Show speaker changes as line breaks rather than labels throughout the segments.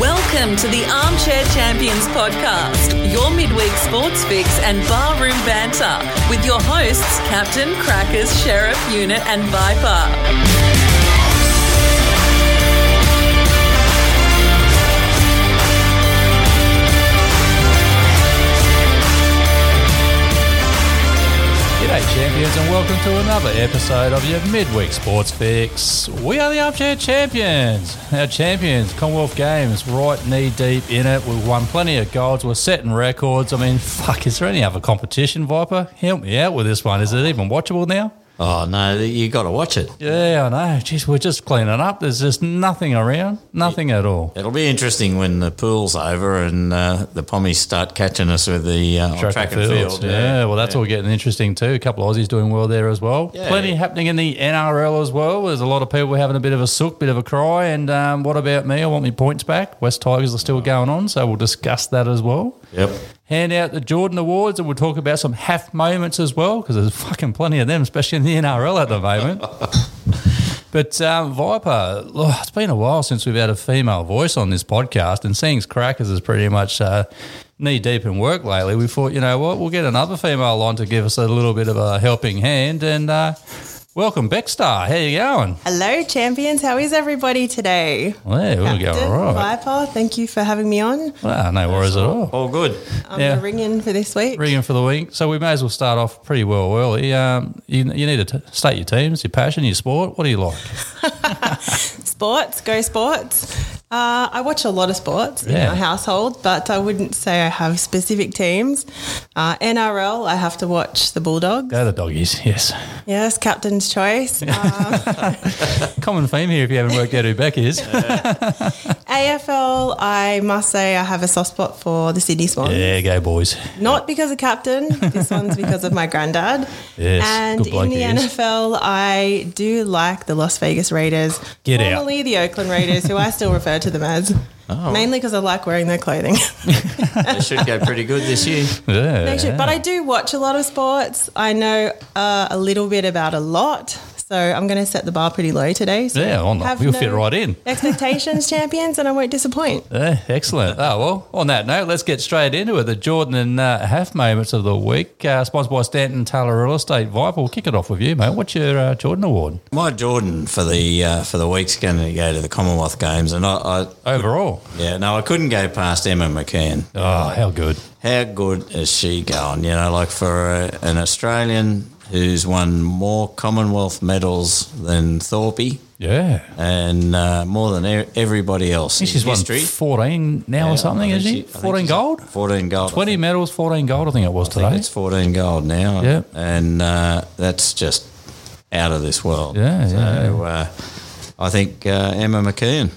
Welcome to the Armchair Champions podcast, your midweek sports fix and barroom banter with your hosts, Captain, Crackers, Sheriff, Unit, and Viper.
G'day, champions, and welcome to another episode of your midweek sports fix. We are the Armchair Champions. Our champions, Commonwealth Games, right knee deep in it. We've won plenty of golds. We're setting records. I mean, fuck, is there any other competition, Viper? Help me out with this one. Is it even watchable now?
Oh no, you got to watch it.
Yeah, I know. Jeez, we're just cleaning up. There's just nothing around. Nothing at all.
It'll be interesting when the pool's over and uh, the pommies start catching us with the uh, track, and field.
Yeah. well, that's all getting interesting too. A couple of Aussies doing well there as well.
Yeah.
Plenty happening in the NRL as well. There's a lot of people having a bit of a sook, bit of a cry. And um, what about me? I want my points back. West Tigers are still going on, so we'll discuss that as well.
Yep.
Hand out the Jordan Awards, and we'll talk about some half moments as well, because there's fucking plenty of them, especially in the NRL at the moment. But um, Viper, look, it's been a while since we've had a female voice on this podcast, and seeing Crackers is pretty much uh, knee deep in work lately. We thought, you know what, we'll get another female on to give us a little bit of a helping hand. And uh, welcome, Beckstar. How you going?
Hello, champions. How is everybody today?
Well, yeah, we're going
Captain
all right.
Viper, thank you for having me on.
Well, no worries at all.
All good.
I'm
Yeah.
the ring in for this week.
Ringing for the week, so we may as well start off pretty well early. Um, you, you need to t- state your teams, your passion, your sport. What do you like?
Sports, go sports. Uh, I watch a lot of sports
Yeah.
in my household, but I wouldn't say I have specific teams. Uh, NRL, I have to watch the Bulldogs.
Go the doggies, yes.
Yes, captain's choice. Uh,
Common theme here if you haven't worked out who Beck is.
AFL, I must say I have a soft spot for the Sydney Swans.
yeah, go boys.
Not because of captain. This one's because of my granddad.
Yes,
And
good bloke
in the
he is.
NFL, I do like the Las Vegas Raiders.
Get out. Oh.
formerly the Oakland Raiders, who I still refer to them as. Mainly because I like wearing their clothing.
They should go pretty good this year.
Yeah.
Actually, but I do watch a lot of sports. I know uh, a little bit about a lot. So I'm going to set the bar pretty low today. So
Yeah, on that.
have
We'll
no
fit right in.
Expectations, champions, and I won't disappoint.
Yeah, excellent. Oh, well, on that note, let's get straight into it. The Jordan and uh, half moments of the week, uh, sponsored by Stanton Taylor Real Estate. Viper, we'll kick it off with you, mate. What's your uh, Jordan award
My Jordan for the uh, for the week's going to go to the Commonwealth Games, and I, I
overall?
yeah no I couldn't go past Emma McCann.
Oh, how good.
How good is she going? You know, like for uh, an Australian who's won more Commonwealth medals than Thorpe.
Yeah.
and uh, more than e- everybody else.
I think
in
she's
history.
won 14 now or something,
I think
isn't
she-
she?
I think
14
she's-
gold?
14 gold.
20 medals, 14 gold, I think it was
I think
today.
It's 14 gold now.
Yeah.
And uh, that's just out of this world.
Yeah,
So
yeah.
Uh, I think uh, Emma McKeon.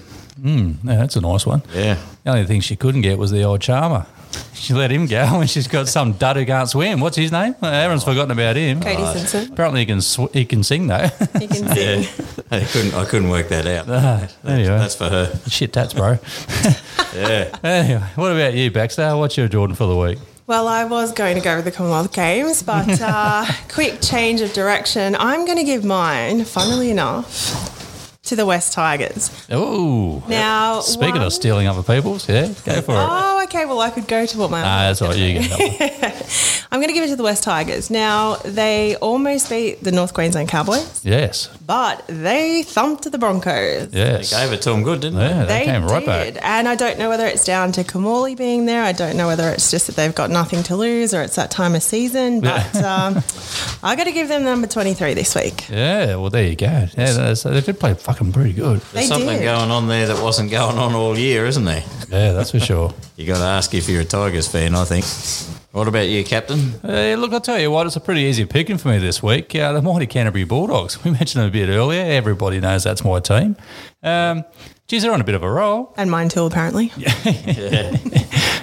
Yeah, that's a nice one.
Yeah.
The only thing she couldn't get was the old charmer. She let him go and she's got some dud who can't swim. What's his name? Aaron's forgotten about him.
Katie Simpson.
Apparently he can sw- he can sing though.
You can see.
I couldn't, I couldn't work that out.
there you go.
That's for her.
Shit tats, bro. yeah. Anyway, what about you, Baxter? What's your Jordan for the week?
Well, I was going to go with the Commonwealth Games, but uh, quick change of direction. I'm going to give mine, funnily enough, to the West Tigers.
Oh.
Now,
Speaking
one-
of stealing other people's, yeah, go for it. Ah,
Oh, okay. Well, I could go to what my.
that's all right. You can help.
I'm going to give it to the West Tigers. Now, they almost beat the North Queensland Cowboys,
Yes.
but they thumped the Broncos.
Yes.
Gave it to him good, didn't
yeah,
they?
they, came right
did.
back.
And I don't know whether it's down to Kamali being there. I don't know whether it's just that they've got nothing to lose or it's that time of season. But um, I got to give them number 23 this week.
Yeah, well, there you go. Yeah, that's- they did play fucking pretty good.
There's
They
something
did.
going on there that wasn't going on all year, isn't there?
Yeah, that's for sure.
You got to ask if you're a Tigers fan, I think. What about you, Captain?
Uh, look, I'll tell you what, it's a pretty easy picking for me this week. Uh, the mighty Canterbury Bulldogs. We mentioned them a bit earlier. Everybody knows that's my team. Um, geez, they're on a bit of a roll.
And mine too, apparently.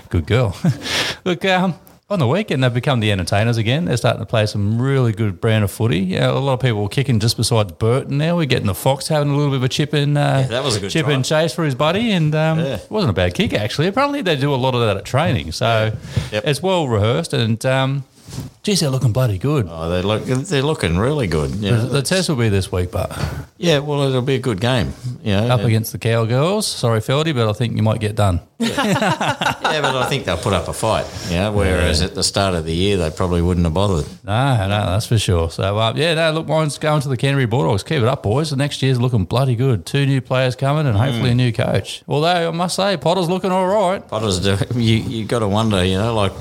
Good girl. Look, um, on the weekend, they've become the entertainers again. They're starting to play some really good brand of footy. Yeah, a lot of people were kicking just besides Burton now. We're getting the Fox having a little bit of a chip and, uh,
that was a good
chip
try.
and chase for his buddy. And um,
Yeah.
it wasn't a bad kick, actually. Apparently, they do a lot of that at training. So
Yep.
it's well rehearsed. And um, geez, they're looking bloody good.
Oh, they look they're looking really good. Yeah,
The test will be this week, but
yeah. Well, it'll be a good game. Yeah,
up against the Cowgirls. Sorry, Feldy, but I think you might get done.
yeah, but I think they'll put up a fight. Yeah, whereas at the start of the year they probably wouldn't have bothered.
No, no, that's for sure. So, uh, yeah, no, look, mine's going to the Canterbury Bulldogs. Keep it up, boys. The next year's looking bloody good. Two new players coming and hopefully
Mm.
a new coach. Although, I must say, Potter's looking all right.
Potter's do you you got to wonder, you know, like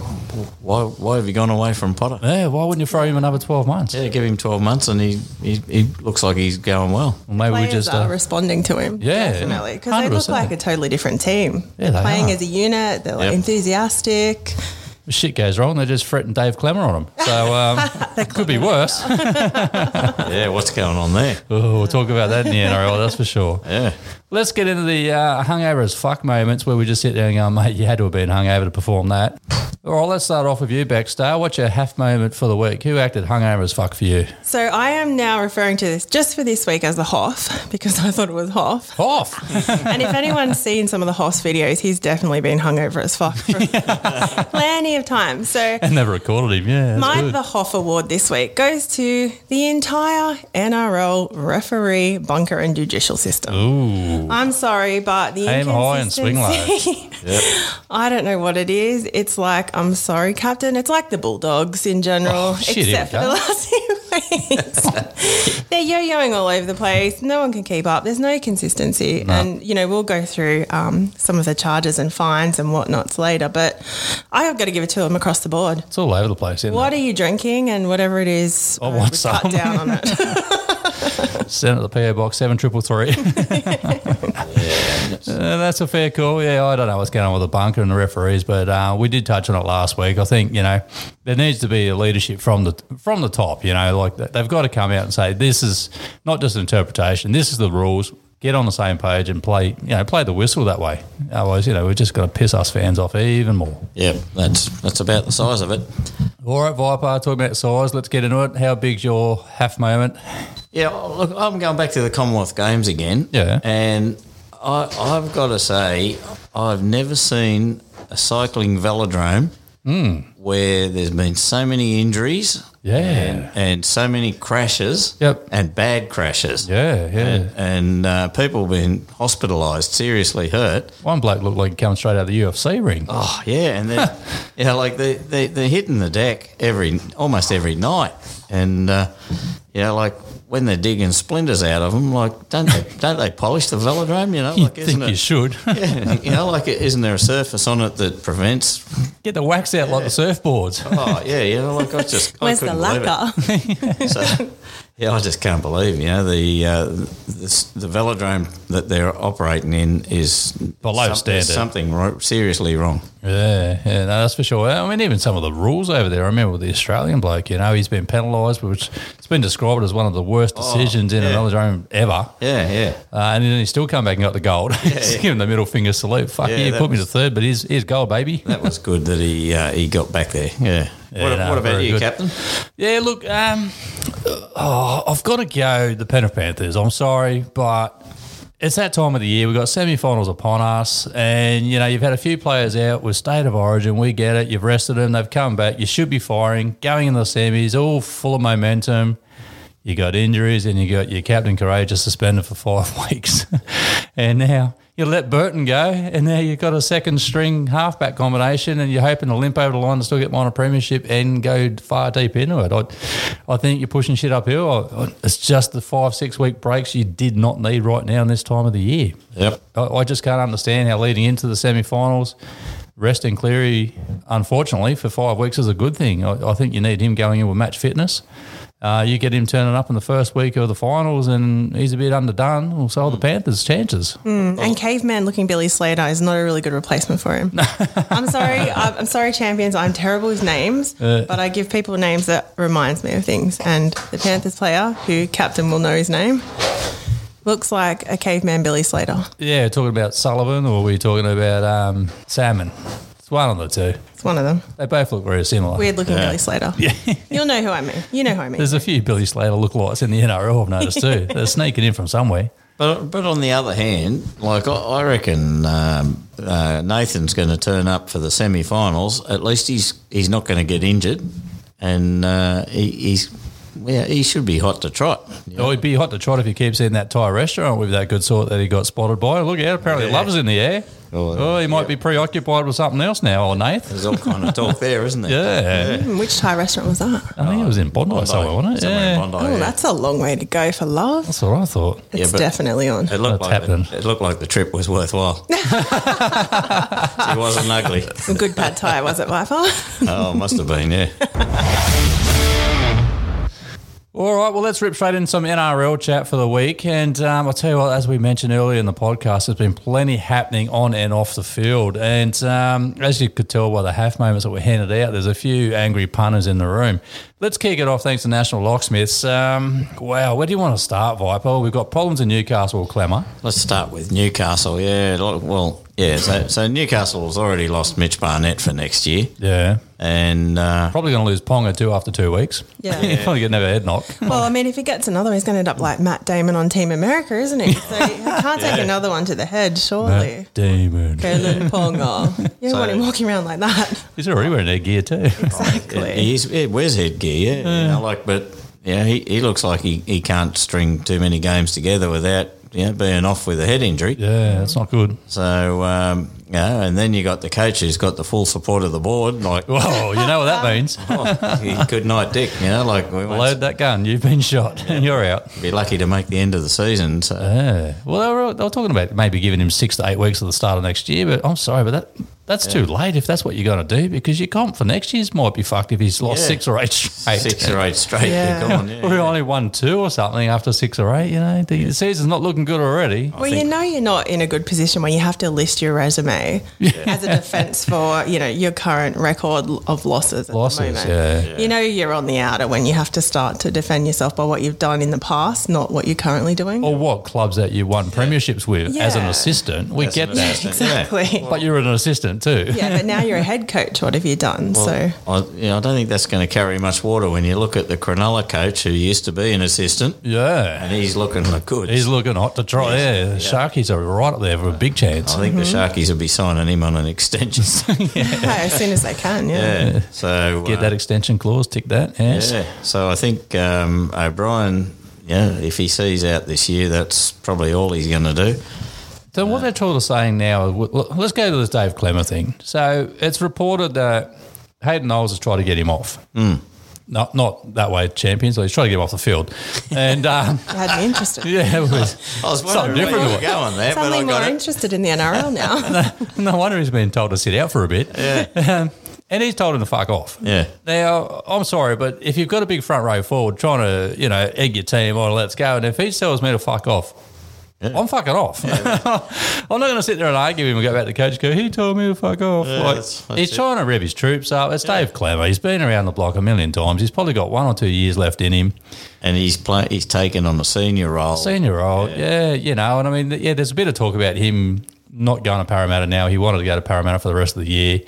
why why have you gone away from Potter?
Yeah, why wouldn't you throw him another 12 months?
Yeah, give him twelve months and he he, he looks like he's going well.
Or maybe we
Players
just.
are
Uh,
responding to him.
Yeah,
definitely. Because they look
100%.
like a totally different team.
Yeah, they
They're playing
are.
as a unit. They're like
Yep.
enthusiastic.
shit goes wrong. They just threaten Dave Clemmer on him. So, um, could be worse.
Yeah, what's going on there?
Oh, we'll talk about that in the NRL, that's for sure.
Yeah,
Let's get into the uh, hungover as fuck moments where we just sit there and go, mate, you had to have been hungover to perform that. All right, let's start off with you, Backstar. What's your half moment for the week? Who acted hungover as fuck for you?
So I am now referring to this just for this week as the Hoff because I thought it was Hoff.
Off.
And if anyone's seen some of the Hoss videos, he's definitely been hungover as fuck for plenty of times. So
and never recorded him. Yeah, that's
my
good.
The Hoff Award this week goes to the entire NRL referee, bunker, and judicial system.
Ooh.
I'm sorry, but the
Aim high and swing low.
inconsistency- I don't know what it is. It's like I'm sorry, Captain. It's like the Bulldogs in general,
Oh, shit, here
except
we
for the
go.
last few weeks. They're yo-yoing all over the place. No one can keep up. There's no consistency, and you know we'll go through um, some of the charges and fines and whatnots later. But I have got to give it to them across the board.
It's all over the place, isn't
What
it?
are you drinking? And whatever it is,
I Oh, want
would cut
some.
down on it.
Send it to the PO Box 7333. Uh, that's a fair call. Yeah, I don't know what's going on with the bunker and the referees, but uh, we did touch on it last week. I think you know there needs to be a leadership from the from the top. You know, like that- they've got to come out and say this is not just an interpretation. This is the rules. Get on the same page and play. You know, play the whistle that way. Otherwise, you know, we're just going to piss us fans off even more.
yeah. That's that's about the size of it.
All right, Viper. Talking about size, let's get into it. How big's your half moment?
Yeah, look, I'm going back to the Commonwealth Games again.
Yeah.
And I, I've got to say, I've never seen a cycling velodrome where there's been so many injuries
Hmm. Yeah.
and, and so many crashes
Yep.
and bad crashes.
Yeah, yeah.
And uh, people been hospitalised, seriously hurt.
One bloke looked like he come straight out of the UFC ring.
Oh yeah, and they're yeah, like they they they're hitting the deck every almost every night, and uh, yeah, like when they're digging splinters out of them, like don't they, don't they polish the velodrome? You know,
you
like
think you should.
yeah, you know, like isn't there a surface on it that prevents?
Get the wax out like the surfboards.
Oh yeah, you know, like I just
Where's
I
the
couldn't believe it.
lacquer?
So, yeah, I just can't believe you know the uh, the, the velodrome that they're operating in is
Below
some-
standard.
there's Something ro- seriously wrong.
Yeah, yeah, no, that's for sure. I mean, even some of the rules over there. I remember with the Australian bloke, you know, he's been penalised, which it's been described as one of the worst decisions in
Oh, yeah.
another zone ever.
Yeah, yeah.
Uh, and then he still come back and got the gold. Just Give him the middle finger salute. Fuck
Yeah,
you,
that
put me to
was-
third, but here's, here's gold, baby.
That was good that he uh, he got back there. Yeah. what,
no,
what about
very
you,
good.
Captain?
Yeah, look, um, oh, I've got to go the Penrith Panthers. I'm sorry, but it's that time of the year. We've got semi-finals upon us, and you know you've had a few players out with state of origin. We get it. You've rested them. They've come back. You should be firing. Going in the semis, all full of momentum. You got injuries, and you got your captain courageous suspended for five weeks, and now. You let Burton go, and now you've got a second string halfback combination, and you're hoping to limp over the line to still get minor premiership and go far deep into it. I, I think you're pushing shit uphill. I, I- it's just the five, six week breaks you did not need right now in this time of the year.
Yep.
I, I just can't understand how leading into the semi-finals, resting Cleary, unfortunately, for five weeks is a good thing. I, I think you need him going in with match fitness. Uh, you get him turning up in the first week of the finals, and he's a bit underdone. Well, so are the Panthers' chances.
And caveman looking Billy Slater is not a really good replacement for him. I'm sorry, I'm I'm sorry, champions. I'm terrible with names, but I give people names that reminds me of things. And the Panthers player, who captain will know his name, looks like a caveman Billy Slater.
Yeah, talking about Sullivan, or were you talking about um, Salmon? It's one of the two.
It's one of them.
They both look very similar.
Weird looking Billy Slater. Yeah. You'll know who I mean. You know who I mean.
There's a few Billy Slater lookalikes in the NRL, I've noticed too. They're sneaking in from somewhere.
But but on the other hand, like I, I reckon um, uh, Nathan's going to turn up for the semi-finals. At least he's he's not going to get injured. and uh, he, he's yeah, he should be hot to trot. you know.
Oh, he'd be hot to trot if he keeps in that Thai restaurant with that good sort that he got spotted by. Look out, apparently
Yeah.
love's in the air.
Oh,
Oh, he might
yeah.
be preoccupied with something else now, old Nath.
There's all kind of talk there, isn't there?
Yeah.
Mm, Which Thai restaurant was that?
I think it was in Bondi,
Bondi,
somewhere, wasn't it?
somewhere in
yeah.
Bondi,
Oh,
yeah.
that's a long way to go for love.
That's what I thought.
It's
but- uh,
definitely on.
It
That's
looked like
happening.
The, it looked like the trip was worthwhile. she wasn't ugly.
A good pad Thai, was it, Viper?
Oh, must have been. Yeah.
All right, well, let's rip straight in some NRL chat for the week. And um, I'll tell you what, as we mentioned earlier in the podcast, there's been plenty happening on and off the field. And um, as you could tell by the half moments that were handed out, there's a few angry punters in the room. Let's kick it off thanks to National Locksmiths. Um, wow, where do you want to start, Viper? We've got problems in Newcastle, Clamour.
Let's start with Newcastle. Yeah. a lot of- Well, yeah. So, so Newcastle's already lost Mitch Barnett for next year,
Yeah.
and uh,
Probably going to lose Ponga too after two weeks.
Yeah.
He's probably getting another head knock.
well, Oh, I mean, if he gets another, he's going to end up like Matt Damon on Team America, isn't he? So he can't take another one to the head, surely.
Demon.
Kalen Ponga. You don't
So-
want him walking around like that.
He's already wearing their gear too.
Exactly.
he's he wears headgear. Yeah. you know, like, but yeah, he, he looks like he, he can't string too many games together without you know being off with a head injury.
Yeah, that's not good.
So um, you know, and then you got the coach who's got the full support of the board. Like,
Whoa, you know what
Um,
that means?
oh, good night, Dick. You know, like we won't
Load that gun. You've been shot and you're out.
be lucky to make the end of the season. So
Yeah. Well, they were, they were talking about maybe giving him six to eight weeks at the start of next year, but I'm sorry, but that that's too late if that's what you're going to do because your comp for next year's might be fucked if he's lost
Yeah.
six or eight. straight.
six or eight straight,
Yeah.
they're gone.
Or he
Yeah.
only won two or something after six or eight. You know, the the season's not looking good already.
Well, you
think-
know you're not in a good position when you have to list your resume as a defence for you know your current record l- of losses. At
Losses,
the moment.
yeah.
You know you're on the outer when you have to start to defend yourself by what you've done in the past, not what you're currently doing.
Or what clubs that you won premierships with as an
Yeah.
assistant? We
As an
get that,
assistant, yeah.
exactly. Yeah.
but you're an assistant too.
but now you're a head coach. What have you done? so
I, you know, I don't think that's going to carry much water when you look at the Cronulla coach who used to be an assistant
Yeah.
and he's looking like good.
He's looking hot to try. Yeah, the Sharkies are right up there for a big chance.
I think the Sharkies will be signing him on an extension.
hey, as soon as they can, yeah.
yeah. So uh,
Get that extension clause, tick that. Yes.
Yeah. So I think um, O'Brien, yeah, if he sees out this year, that's probably all he's going to do.
So what they're sort of saying now, w- l- let's go to this Dave Clemmer thing. So it's reported that Hayden Knowles has tried to get him off. Not not that way, champions. So he's trying to get him off the field, and um,
You had me interested.
yeah, it was
I was
something
wondering where
different.
you
to
were going there, but I
Suddenly more
got it.
interested in the NRL now.
it. No wonder he's been told to sit out for a bit. Um, and he's told him to fuck off.
Yeah.
Now, I'm sorry, but if you've got a big front row forward trying to, you know, egg your team on, let's go, and if he tells me to fuck off, I'm fucking off. I'm not going to sit there and argue with him and go back to the coach and go, he told me to fuck off. like,
that's- that's
he's
it.
trying to rev his troops up. It's Dave Clemmer. He's been around the block a million times. He's probably got one or two years left in him.
And he's play, he's taken on a senior role.
Senior old, yeah. you know, and I mean, yeah, there's a bit of talk about him not going to Parramatta now. He wanted to go to Parramatta for the rest of the year.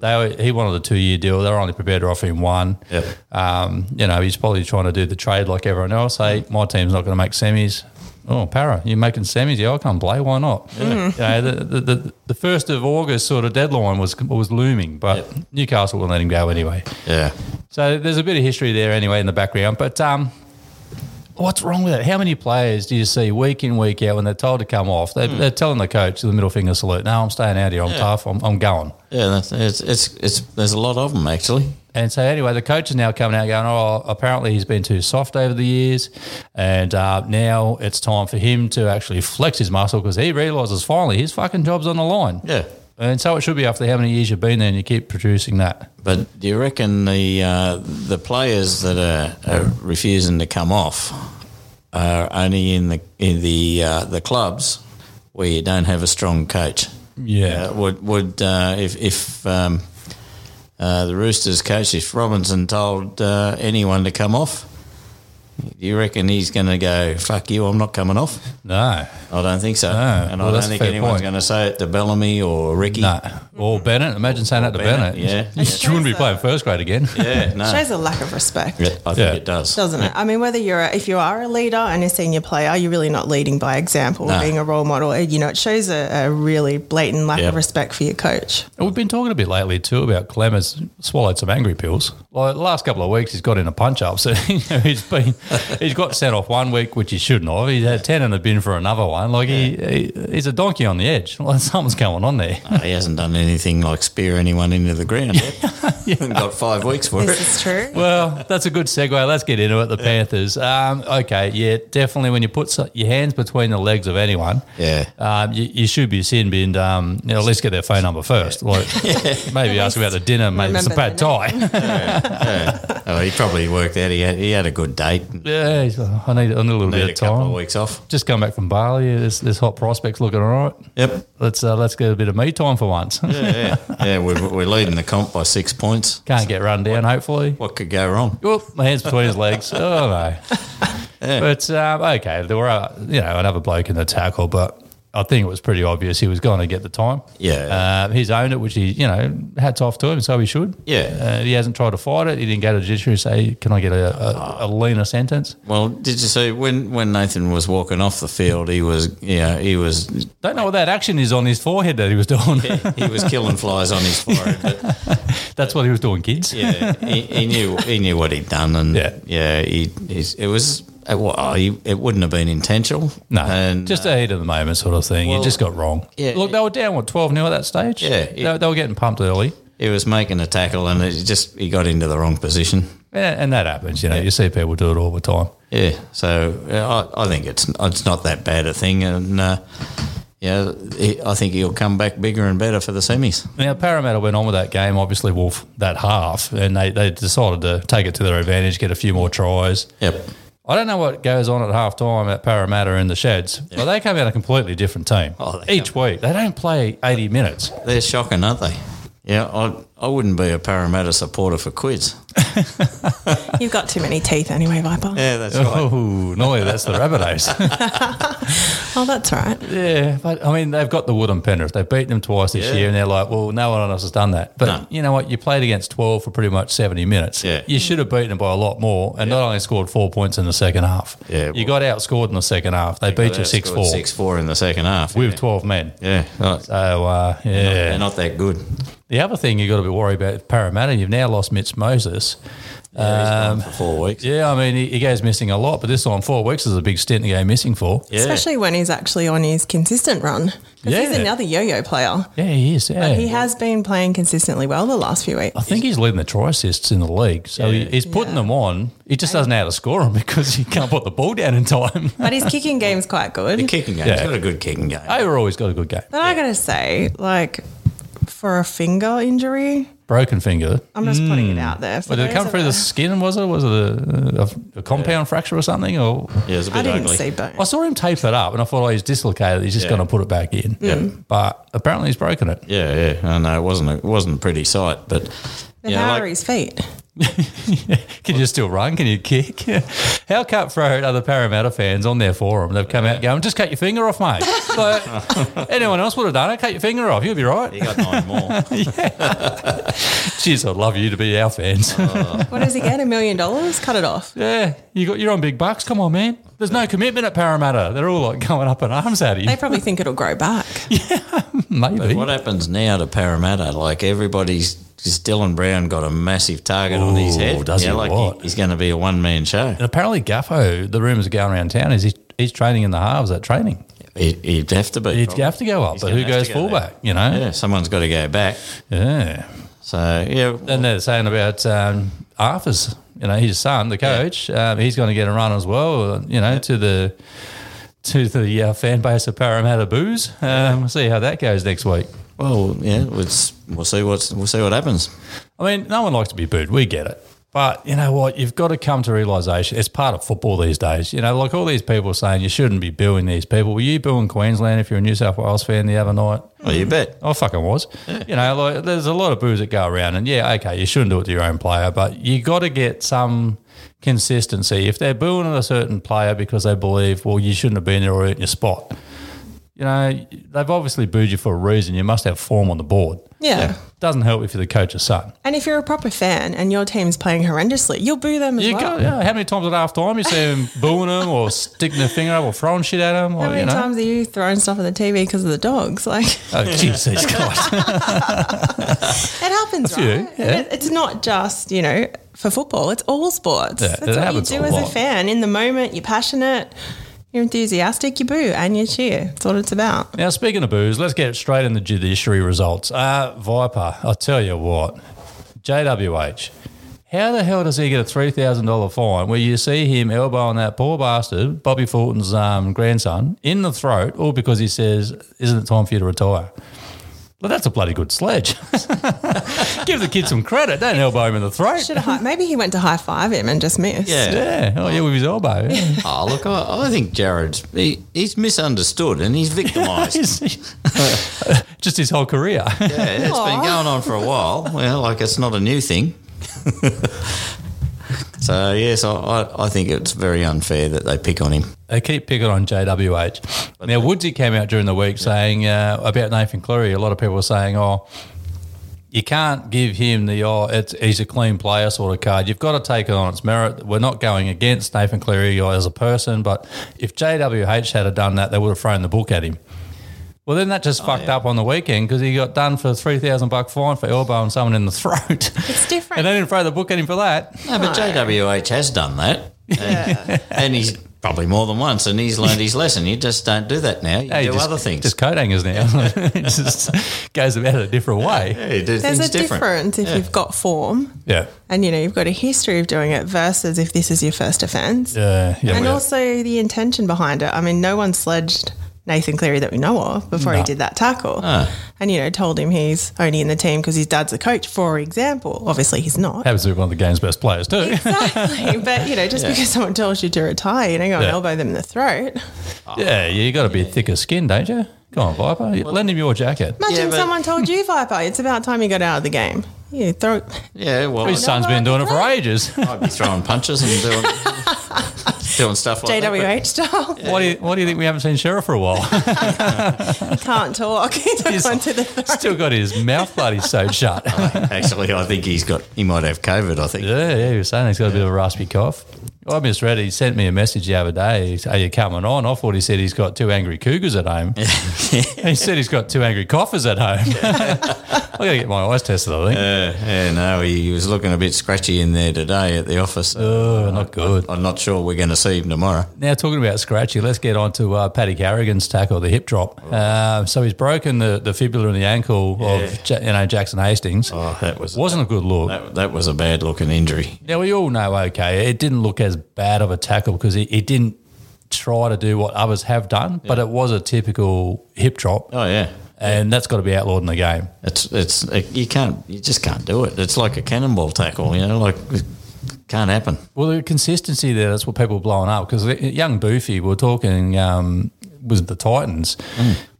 They were, he wanted a two year deal. They were only prepared to offer him one.
Yep.
Um, you know, he's probably trying to do the trade like everyone else. Hey, my team's not going to make semis. Oh, para, you're making semis? Yeah, Mm-hmm. I can't play. Why not? You know, the, the, the, the first of August sort of deadline was was looming, but Newcastle will let him go anyway.
Yeah.
So there's a bit of history there anyway in the background. But um, what's wrong with it? How many players do you see week in, week out when they're told to come off? They're, they're telling the coach the middle finger salute, no, I'm staying out here. I'm tough. I'm, I'm going.
Yeah, that's, it's, it's it's there's a lot of them actually.
And so anyway, the coach is now coming out going, oh, apparently he's been too soft over the years. And uh, now it's time for him to actually flex his muscle because he realises finally his fucking job's on the line.
Yeah,
And so it should be after how many years you've been there and you keep producing that.
but do you reckon the uh, the players that are, are refusing to come off are only in the in the uh, the clubs where you don't have a strong coach?
Yeah.
Uh, would would uh, if if um, uh, the Roosters coach if Robinson told uh, anyone to come off, Do you reckon he's going to go, fuck you, I'm not coming off?
No,
I don't think so. and
well,
I
that's
don't
a
think
fair
anyone's
point.
going to say it to Bellamy or Ricky.
no. Or Bennett. Imagine saying that to Bennett.
Bennett, yeah.
You wouldn't be playing first grade again.
Yeah, no.
Shows a lack of respect.
Yeah, I think
Yeah.
it does.
Doesn't it? I mean, whether you're a, if you are a leader and a senior player, you're really not leading by example,
No.
being a role model. It- You know, it shows a, a really blatant lack
Yep.
of respect for your coach.
And We've been talking a bit lately too about Clem has swallowed some angry pills. Like the last couple of weeks, he's got in a punch up. So you know, he's been he's got sent off one week, which he shouldn't have. He's had ten in the bin for another one. Like he, he he's a donkey on the edge. Like something's going on there.
He hasn't done anything like spear anyone into the ground yet. Got five weeks for
This
it.
is true.
Well, that's a good segue. Let's get into it. The Panthers. Um, okay, yeah, definitely. When you put so- your hands between the legs of anyone,
Yeah.
um, you, you should be sin binned. Um, you know, let's get their phone number first. Like, maybe ask about the dinner, maybe some
remember
pad thai.
Oh, he probably worked out. He had, he had a good date. and
yeah, he's like, I need, I need a little bit
Need a
of time.
couple of weeks off.
Just come back from Bali. yeah, There's, there's hot prospects looking all right.
Yep.
Let's uh, let's get a bit of me time for once.
Yeah, yeah. yeah we're, we're leading the comp by six points.
Can't get run down. Hopefully.
What could go wrong?
Well, my hands between his legs. Oh no. But um, okay, there were uh, you know another bloke in the tackle, but I think it was pretty obvious he was going to get the time.
Yeah.
uh, he's owned it, which he you know hats off to him, so he should.
Yeah.
uh, he hasn't tried to fight it. He didn't go to the judiciary and say, "Can I get a, a, a leaner sentence?"
Well, did you see when, when Nathan was walking off the field? He was yeah he was
Don't know what that action is on his forehead that he was doing.
he was killing flies on his forehead. But
That's what he was doing, kids.
yeah, he, he knew he knew what he'd done, and
Yeah.
yeah, he he's, it was it, wa- he, it wouldn't have been intentional.
No,
and uh,
just a heat of the moment sort of thing.
well,
it just got wrong.
yeah,
Look, they were down what twelve 0 at that stage.
Yeah,
they,
yeah.
they were getting pumped early.
he was making a tackle, and it just he got into the wrong position.
And, and that happens, you know. You see people do it all the time.
Yeah, so yeah, I, I think it's it's not that bad a thing, and uh, yeah, he, I think he'll come back bigger and better for the semis.
Now, Parramatta went on with that game, obviously, Wolf, that half, and they, they decided to take it to their advantage, get a few more tries.
Yep.
I don't know what goes on at half time at Parramatta in the sheds, but they come out a completely different team.
Oh, they
Each week, they don't play 80 minutes.
They're shocking, aren't they? Yeah, I, I wouldn't be a Parramatta supporter for quids.
You've got too many teeth anyway, Viper.
Yeah, that's
Oh, no, that's the Rabbitohs.
Oh, that's right.
yeah, but I mean, they've got the wood on Penrith. They've beaten them twice this
Yeah.
year, and they're like, well, no one else has done that. But
No.
you know what? You played against 12 for pretty much 70 minutes.
Yeah.
You should have beaten them by a lot more, and not only scored four points in the second half.
Yeah,
you got outscored in the second half. They beat you 6 4.
Six four in the second half.
with 12 men.
yeah, right.
So, uh,
they're
yeah.
not that good.
The other thing you've got to be worried about, Parramatta, you've now lost Mitch Moses.
Yeah, he's gone for four weeks.
Yeah, I mean, he, he goes missing a lot, but this time four weeks is a big stint to go missing for.
Yeah.
Especially when he's actually on his consistent run. 'Cause
Yeah.
he's another yo-yo player.
Yeah, he is. Yeah.
He has been playing consistently well the last few weeks.
I think he's leading the try assists in the league. So he, he's putting
Yeah.
them on. He just doesn't know how to score them because he can't put the ball down in time.
But his kicking game's quite good.
The kicking game.
Yeah.
He's got a good kicking game.
Over always got a good game.
But I gotta say, like, for a finger injury,
Broken finger.
I'm just putting it out there.
Mm.
For
Well, did it
those
come
of
through the
us-
skin? Was it? Was it a, a, a compound fracture or something? Or
yeah, it's a
I
bit
didn't
ugly.
see bone.
I saw him tape it up, and I thought, oh, he's dislocated. He's just
Yeah.
going to put it back in. Mm. But apparently, he's broken it.
Yeah, yeah. I know it wasn't. A, it wasn't a pretty sight, but
The
yeah,
power
like-
his feet.
Can you still run? Can you kick? How cutthroat are the Parramatta fans on their forum? They've come out going, just cut your finger off, mate. So anyone else would have done it. Cut your finger off. You'll be
he
right.
got nine more.
Cheers. I'd love you to be our fans.
What does he get? A million dollars? Cut it off.
yeah. You got, you're on big bucks. Come on, man. There's no commitment at Parramatta. They're all like going up in arms at
They
you.
probably think it'll grow back.
Maybe.
what happens now to Parramatta? Like everybody's. Just Dylan Brown got a massive target on his
Ooh,
head.
does
yeah,
he
like
what?
he's going to be a one man show.
And apparently, Gaffo, the rumours are going around town, is he's, he's training in the halves at training.
He, he'd have to be.
He'd
probably.
have to go up,
He's
but
gonna
who
have to
goes
go
fullback?
there.
You know?
Yeah, someone's got to go back.
yeah.
So yeah,
And they're saying about um, Arthur's, you know, his son, the coach, um, he's going to get a run as well, you know, to the to the uh, fan base of Parramatta Boos. Um, we'll see how that goes next week.
well, yeah, it's, we'll see what's we'll see what happens.
I mean, no one likes to be booed. We get it. But you know what? You've got to come to realization. It's part of football these days. You know, like all these people saying you shouldn't be booing these people. Were you booing Queensland if you're a New South Wales fan the other night?
Oh, you bet.
I fucking was. You know, like there's a lot of boos that go around, and yeah, okay, you shouldn't do it to your own player, but you got to get some consistency. If they're booing at a certain player because they believe, well, you shouldn't have been there or in your spot. You know, they've obviously booed you for a reason. You must have form on the board.
Yeah.
Doesn't help if you're the coach's son.
And if you're a proper fan and your team's playing horrendously, you'll boo them as
You
well.
go, yeah, how many times at half time you see them booing them or sticking their finger up or throwing shit at them? Or,
How many
Oh, you know,
times are you throwing stuff at the TV because of the dogs? Like it
Oh, Jesus Christ.
happens,
few,
right?
yeah.
It- it's not just you know for football; it's all sports.
Yeah,
That's
it
what you
happens
do
a
as a
lot.
fan. In the moment, you're passionate, you're enthusiastic, you boo and you cheer. That's what it's about.
Now, speaking of booze, let's get straight into judiciary results. Uh, Viper, I'll tell you what, JWH, how the hell does he get a $3,000 fine where you see him elbowing that poor bastard, Bobby Fulton's um, grandson, in the throat, all because he says, Isn't it time for you to retire? Well, that's a bloody good sledge. Give the kid some credit. Don't elbow him in the throat.
Should have hi- maybe he went to high five him and just missed.
Yeah.
Yeah. Oh, yeah, with his elbow. Yeah.
Oh, look, I, I think Jared's he, he's misunderstood and he's victimised. yeah,
Just his whole career.
it's been
Aw.
going on for a while. Well, like it's not a new thing. so yes, I, I, I think it's very unfair that they pick on him.
They keep picking on JWH. now, Woodsy came out during the week saying uh, about Nathan Cleary. A lot of people were saying, oh, you can't give him the, oh, it's, he's a clean player sort of card. You've got to take it on its merit. We're not going against Nathan Cleary or as a person, but if JWH had have done that, they would have thrown the book at him. Well, then that just fucked
yeah.
up on the weekend because he got done for three thousand buck fine for elbowing someone in the throat,
It's different.
and they didn't throw the book at him for that.
No, but JWH has done that, and, and he's probably more than once, and he's learned his lesson. You just don't do that now. You
Hey,
do
just-
other things.
Just coat hangers now. it just goes about it a different way.
yeah, you do
There's
things
a
different.
difference if you've got form
Yeah.
and you know you've got a history of doing it versus if this is your first offence.
Yeah. Yeah.
and
we-
also the intention behind it. I mean, no one sledged Nathan Cleary that we know of before he did that tackle,
Ah.
and you know, told him he's only in the team because his dad's a coach, for example. Obviously, he's not.
happens to be one of the game's best players too.
Exactly, but you know, just because someone tells you to retire, you know, go and
Yeah.
elbow them in the throat.
yeah, you got to be thicker skinned, don't you? Go on, Viper. Lend him your jacket.
Imagine
but-
someone told you, Viper, it's about time you got out of the game. You throw.
Yeah, well,
His son's been doing it for ages.
I'd be throwing punches and doing doing stuff like that. but-
JWH style,
Why do you Why do you think we haven't seen Sheriff for a while?
can't talk. He's
He's
onto the throat.
still got his mouth bloody sewed shut.
Actually, I think he's got. He might have COVID. I think.
Yeah, yeah, he was saying he's got a bit of a raspy cough. I misread it. He sent me a message the other day. He said, Are you coming on? I thought he said he's got two angry cougars at home. he said he's got two angry coffers at home. I got to get my eyes tested, I think.
Yeah, yeah, no, he, he was looking a bit scratchy in there today at the office.
oh, not good.
I'm not sure we're going to see him tomorrow.
Now, talking about scratchy, let's get on to uh, Paddy Carrigan's tackle, the hip drop.
Oh.
Uh, so he's broken the, the fibula and the ankle of Ja- you know Jackson Hastings.
Oh, that was
Wasn't a good look.
that, that was a bad looking injury.
Now, we all know, okay, it didn't look as bad of a tackle because he, he didn't try to do what others have done, but it was a typical hip drop,
Oh yeah,
and that's got to be outlawed in the game.
it's it's it, you can't you just can't do it. It's like a cannonball tackle, you know, like it can't happen.
Well, the consistency there, that's what people are blowing up because young Boofy, we are talking, um, was the Titans.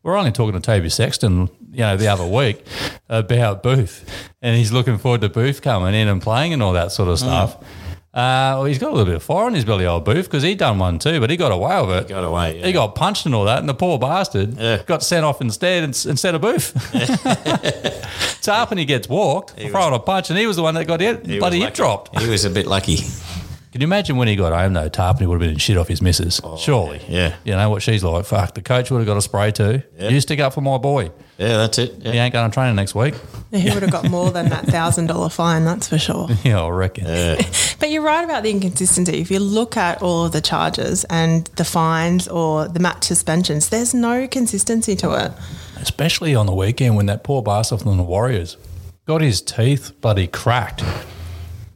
We're only talking to Toby Sexton, you know, the other week about Booth, and he's looking forward to Booth coming in and playing and all that sort of stuff. Uh, well, he's got a little bit of fire in his belly, old Booth, because he done one too, but he got away with it.
Got away. Yeah.
He got punched and all that, and the poor bastard got sent off instead ins- instead of Booth. so up and he gets walked, throwing a punch, and he was the one that got hit,
He
bloody
was
hip
lucky.
dropped.
He was a bit lucky.
Can you imagine when he got home though? Tarpany would have been in shit off his missus. Surely.
Oh, yeah.
You know what she's like. Fuck. The coach would have got a spray too. You stick up for my boy.
Yeah, that's it. Yeah.
He ain't going to training next week.
He would have got more than that thousand dollar fine, that's for sure.
Yeah, I reckon.
But you're right about the inconsistency. If you look at all of the charges and the fines or the match suspensions, there's no consistency to it.
Especially on the weekend when that poor bastard from the Warriors got his teeth bloody cracked.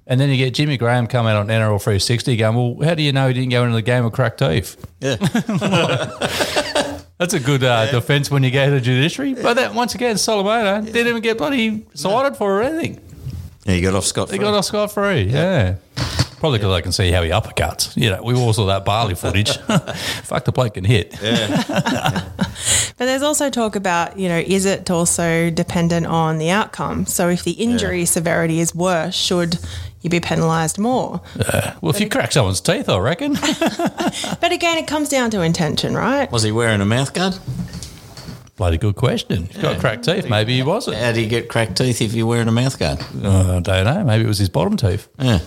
And then you get Jimmy Graham come out on NRL 360 going, well, how do you know he didn't go into the game with cracked teeth?
Yeah.
That's a good uh, defence when you go to the judiciary. But that, once again, Solomon didn't even get bloody cited for or anything.
Yeah, you got off scot
They got off scot free. Yeah. Probably because I can see how he uppercuts. You know, we all saw that barley footage. Fuck, the bloke can hit.
But there's also talk about, you know, is it also dependent on the outcome? So if the injury severity is worse, should you be penalised more?
Well, if you crack someone's teeth, I reckon.
But again, it comes down to intention, right?
Was he wearing a mouth guard?
Bloody good question. He's got cracked teeth. Maybe he wasn't.
How do you get cracked teeth if you're wearing a mouth guard?
Uh, I don't know. Maybe it was his bottom teeth.
Yeah.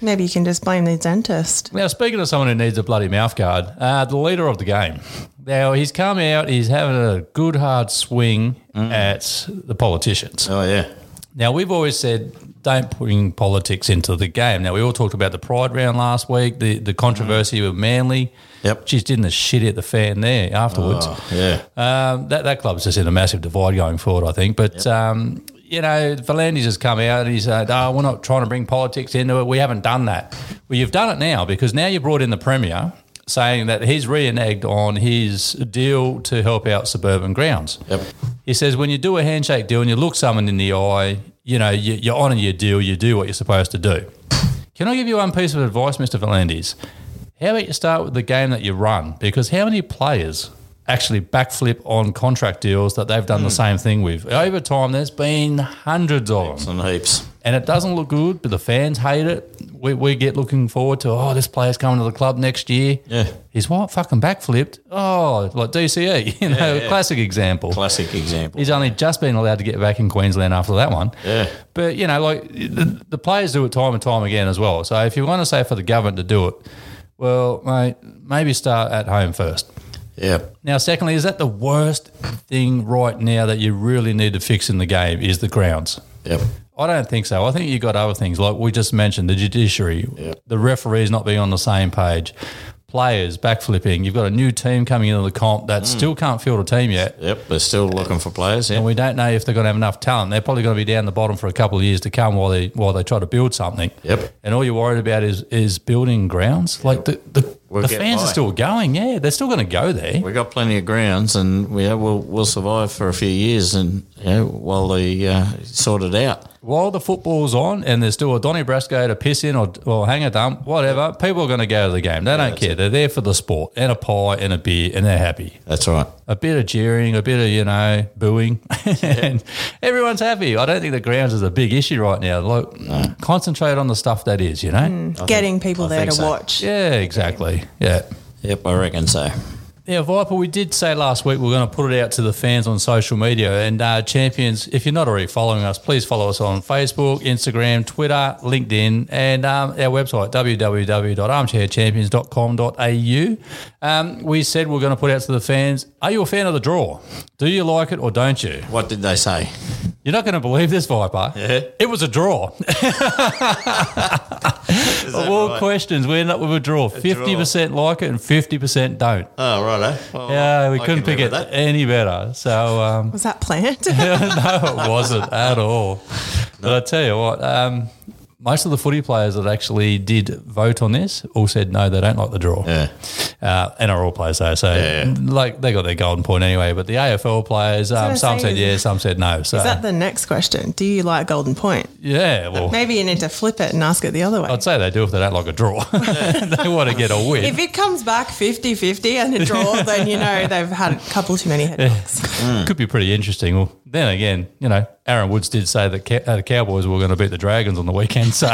Maybe you can just blame the dentist.
Now, speaking of someone who needs a bloody mouth guard, uh, the leader of the game. Now, he's come out, he's having a good hard swing at the politicians.
Oh, yeah.
Now, we've always said don't bring politics into the game. Now, we all talked about the Pride round last week, the, the controversy with Manly.
Yep.
Just didn't the shit at the fan there afterwards.
Oh, yeah.
Um, that that club's just in a massive divide going forward, I think. But um, you know, Valandis has come out and he's said, "Oh, we're not trying to bring politics into it. We haven't done that." Well, you've done it now because now you brought in the premier saying that he's reneged on his deal to help out suburban grounds.
Yep.
He says when you do a handshake deal and you look someone in the eye, you know, you, you honour your deal, you do what you're supposed to do. Can I give you one piece of advice, Mr. Valandis? How about you start with the game that you run? Because how many players actually backflip on contract deals that they've done the
Hmm.
same thing with? Over time, there's been hundreds of them.
Some heaps.
And it doesn't look good, but the fans hate it. We, we get looking forward to, oh, this player's coming to the club next year.
Yeah.
He's what? Fucking backflipped. Oh, like DCE, you know, classic example.
Classic example.
He's only just been allowed to get back in Queensland after that one.
Yeah.
But, you know, like the, the players do it time and time again as well. So if you want to say for the government to do it, well, mate, maybe start at home first.
Yep.
Now, secondly, is that the worst thing right now that you really need to fix in the game is the grounds?
Yep.
I don't think so. I think you've got other things like we just mentioned the judiciary, the referees not being on the same page, players backflipping. You've got a new team coming into the comp that still can't field a team yet.
Yep. They're still looking for players.
And
Yeah.
we don't know if they're going to have enough talent. They're probably going to be down the bottom for a couple of years to come while they while they try to build something.
Yep.
And all you're worried about is is building grounds. Like the the,
We'll
the
get
fans are
by.
still going. Yeah, they're still going to go there.
We got plenty of grounds, and we we'll, we'll survive for a few years, and yeah, while they uh, sort it out.
While the football's on and there's still a Donny Brasco to piss in or, or hang a dump, whatever, people are going to go to the game. They don't care. They're there for the sport and a pie and a beer and they're happy.
That's right.
A bit of jeering, a bit of, you know, booing. and everyone's happy. I don't think the grounds is a big issue right now. Like, Concentrate on the stuff that is, you know?
Getting people
I
there
think
to
so.
watch.
Yeah, exactly. Yeah.
Yep, I reckon so.
Yeah, Viper, we did say last week we are going to put it out to the fans on social media. And uh, champions, if you're not already following us, please follow us on Facebook, Instagram, Twitter, LinkedIn, and um, our website, www.armchairchampions.com.au. Um, we said we are going to put out to the fans, are you a fan of the draw? Do you like it or don't you?
What did they say?
You're not going to believe this, Viper.
Yeah.
It was a draw. Of all questions, we ended up with a draw. 50% like it and 50% don't.
Oh, right, eh?
Yeah, we couldn't pick it any better. So um,
Was that planned?
no, it wasn't at all. But I tell you what, um, most of the footy players that actually did vote on this all said no, they don't like the draw.
Yeah.
Uh, NRL players though, so
Yeah.
like they got their golden point anyway. But the AFL players,
what
um,
I'm
some
saying.
said yeah, some said no. So
Is that the next question? Do you like Golden Point?
yeah, well,
Maybe you need to flip it and ask it the other way.
I'd say they do if they don't like a draw. they want to get a win.
If it comes back 50 50 and a draw, then you know they've had a couple too many head knocks.
Hmm.
Could be pretty interesting. Well, then again, you know, Aaron Woods did say that Cow- uh, the Cowboys were going to beat the Dragons on the weekend, so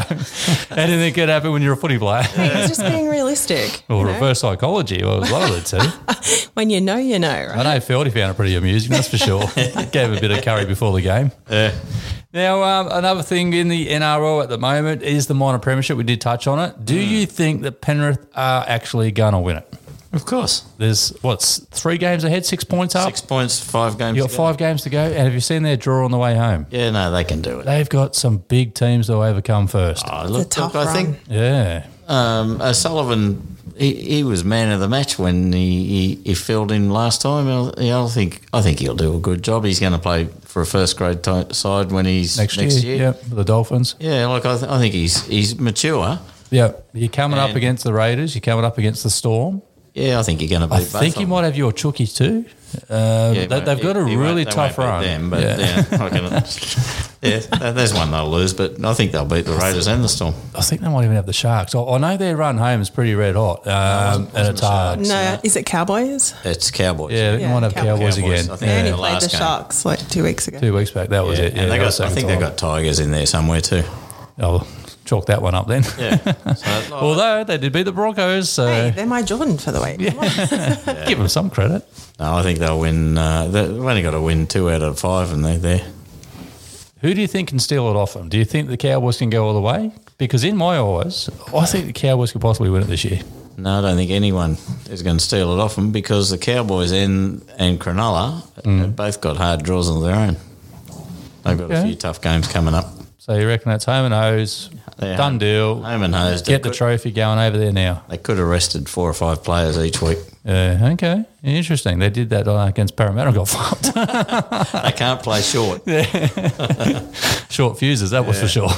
anything could happen when you're a footy player.
It's just being realistic. you
Or
know?
reverse psychology, or one of the two.
When you know, you know, right?
I know Fieldy found it pretty amusing, that's for sure. Gave a bit of curry before the game. Now, um, another thing in the NRL at the moment is the minor premiership. We did touch on it.
Hmm.
Do you think that Penrith are actually going to win it?
Of course.
There's what's three games ahead, six points up.
Six points, five games.
You got
to go.
five games to go, and have you seen their draw on the way home?
Yeah, no, they can do it.
They've got some big teams they'll overcome first.
Oh, look,
tough
look, I
run.
think
Yeah.
um, uh, Sullivan, he, he was man of the match when he, he, he filled in last time. I, yeah, I think I think he'll do a good job. He's going to play for a first grade ti side when he's
Next, year. Yep. for The Dolphins.
Yeah, like I, th- I think he's he's mature.
Yep. You're coming up
And-
against the Raiders. You're coming up against the Storm.
Yeah, I think you're going to
I
beat. both
think
of
you
them.
might have your Chookies too. Um,
Yeah,
they,
won't-
they've got
it-
a
it won't-
really
they
tough
won't beat
run.
Them, but yeah, I can- yeah, that- there's one they'll lose, but I think they'll beat the Raiders and the Storm.
I think they might even have the Sharks. I, I know their run home is pretty red hot, um, and it's hard.
No, is it Cowboys?
It's Cowboys.
Yeah, they
Yeah,
might have Cowboys,
Cowboys.
again.
I think
They
Yeah,
only
the
played
last
the
game.
Sharks like two weeks ago.
Two weeks back, that was
Yeah,
it. Yeah,
and they
that was
got, I
second time.
think they've got Tigers in there somewhere too.
I'll chalk that one up then.
Yeah. So, like,
Although they did beat the Broncos, so
Hey, they're my Jordan for the week.
give them some credit.
no, I think they'll win. Uh, they- they've only got to win two out of five, and they're there.
Who do you think can steal it off them? Do you think the Cowboys can go all the way? Because in my eyes, I think the Cowboys could possibly win it this year.
No, I don't think anyone is going to steal it off them because the Cowboys and and Cronulla
Mm.
have both got hard draws on their own. They've got
Yeah.
a few tough games coming up.
So you reckon that's home and hose,
Yeah.
done deal.
Home and hose.
Get the trophy going over there now.
They could have rested four or five players each week.
Uh, okay, interesting. They did that uh, against Parramatta and got fucked.
They can't play short.
Short fuses, that was for sure.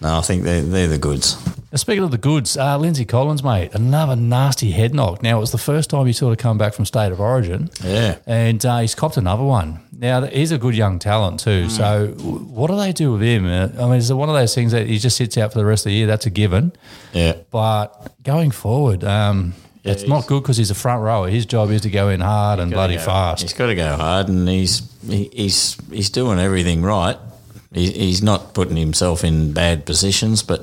No, I think they're, they're the goods.
Now, Speaking of the goods, uh, Lindsay Collins, mate, another nasty head knock. Now, it was the first time he sort of come back from State of Origin.
Yeah.
And uh, he's copped another one. Now, th- he's a good young talent,
Mm.
too. So, w- what do they do with him? Uh, I mean, is it one of those things that he just sits out for the rest of the year? That's a given.
Yeah.
But going forward, um, it's not good because he's a front rower. His job is to go in hard and bloody fast.
He's got to go hard, and he's he, he's he's doing everything right. He, he's not putting himself in bad positions, but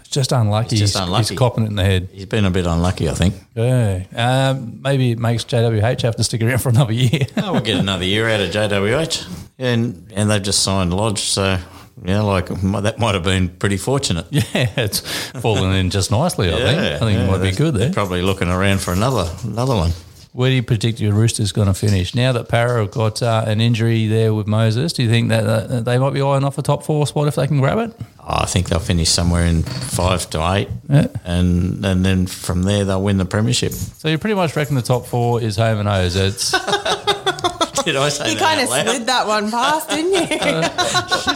It's just unlucky.
He's just
he's,
unlucky.
he's copping it in the head.
he's been a bit unlucky, I think.
Yeah. Um, maybe it makes JWH have to stick around for another year.
oh, we'll get another year out of JWH, and and they've just signed Lodge, so yeah, like m- that might have been pretty fortunate. Yeah,
Yeah, it's falling in just nicely, I think. I think
yeah,
it might be
they're
good there.
Probably looking around for another another one.
Where do you predict your Roosters going to finish? Now that Parra have got uh, an injury there with Moses, do you think that uh, they might be eyeing off a top four spot if they can grab it?
I think they'll finish somewhere in five to eight,
Yeah.
and and then from there they'll win the premiership.
So you pretty much reckon the top four is home and O's. It's,
Did I say
You
that
kind of
out loud?
slid that one past, didn't you?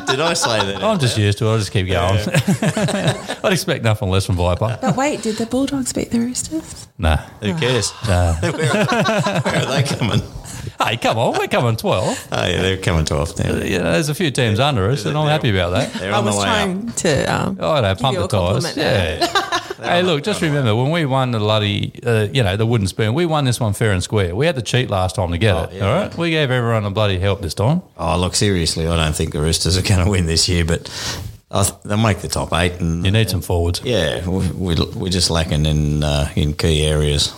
Did I say that?
I'm just used to it. I'll just keep going. I'd expect nothing less from Viper.
but wait, did the Bulldogs beat the Roosters?
Nah.
Who cares? where, are, where are they coming?
Hey, come on. We're coming 12.
Oh, yeah, they're coming to off now.
You know, there's a few teams under us, and I'm happy about that.
They're
I
on the
was
way up.
trying to. Um,
Oh, I know, pump the
you a
tires.
compliment there.
Yeah. hey, look, just remember when we won the bloody, uh, you know, the wooden spoon, we won this one fair and square. We had to cheat last time to get it.
yeah.
all right. We gave everyone a bloody help this time.
Oh, look, seriously, I don't think the Roosters are going to win this year, but I th- they'll make the top eight. And
You need some forwards.
yeah, we, we, we're just lacking in uh, in key areas.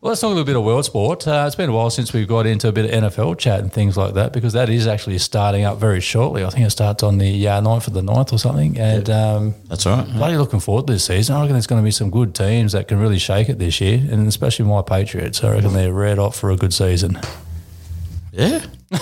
Well, let's talk a little bit of world sport. Uh, it's been a while since we've got into a bit of NFL chat and things like that because that is actually starting up very shortly. I think it starts on the uh, 9th of the 9th or something. And, um,
That's all right.
Bloody looking forward to this season. I reckon there's going to be some good teams that can really shake it this year, and especially my Patriots. I reckon they're red hot for a good season.
Yeah.
I'm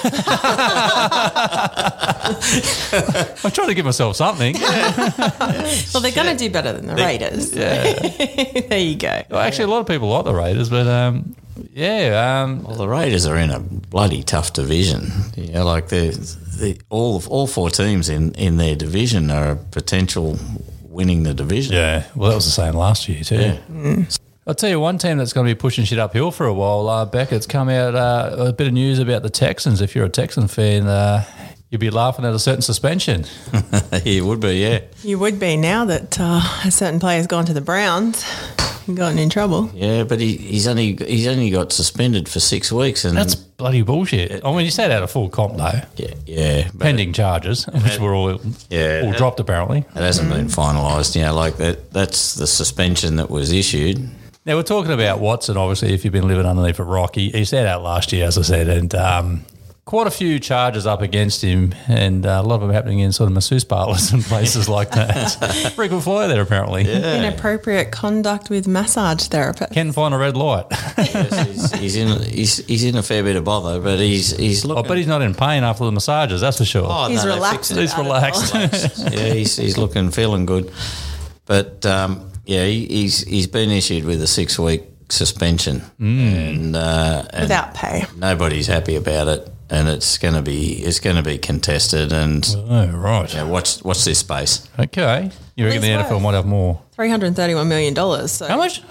trying to give myself something.
Well, they're going to do better than the Raiders. there you go.
Well, actually, a lot of people like the Raiders, but um, yeah, um,
Well, the Raiders are in a bloody tough division. You know, like the, the all all four teams in, in their division are potential winning the division.
yeah. Well, that was the same last year too. I'll tell you one team that's going to be pushing shit uphill for a while. Uh, Beck, it's come out uh, a bit of news about the Texans. If you're a Texan fan, uh, you'd be laughing at a certain suspension.
it would be. Yeah.
You would be now that uh, a certain player's gone to the Browns and gotten in trouble.
Yeah, but he, he's only he's only got suspended for six weeks, and
That's bloody bullshit. I mean, you said out of full comp though,
yeah, yeah, but
pending charges, which were all
Yeah.
all dropped apparently.
it hasn't been finalised. You know, like that that's the suspension that was issued.
Now we're talking about Watson. Obviously, if you've been living underneath a rock, he, he sat out last year, as I said, and um, quite a few charges up against him, and uh, a lot of them happening in sort of masseuse parlours and places like that. Frequent flyer there, apparently.
Inappropriate conduct with massage therapist.
Can find a red light.
He's, he's in he's he's in a fair bit of bother, but he's he's
Oh, I
looking.
bet he's not in pain after the massages. That's for sure.
Oh,
He's
no, they
relaxed.
fixed it.
he's relaxed.
yeah, he's, he's looking feeling good, but um, yeah, he, he's he's been issued with a six week suspension, and, uh, and
Without pay.
nobody's happy about it. and it's going to be it's going to be contested. And
Oh, right.
yeah, watch watch this space.
Okay. You reckon the
Well, it's
NFL might have more?
$331 million. So
How much?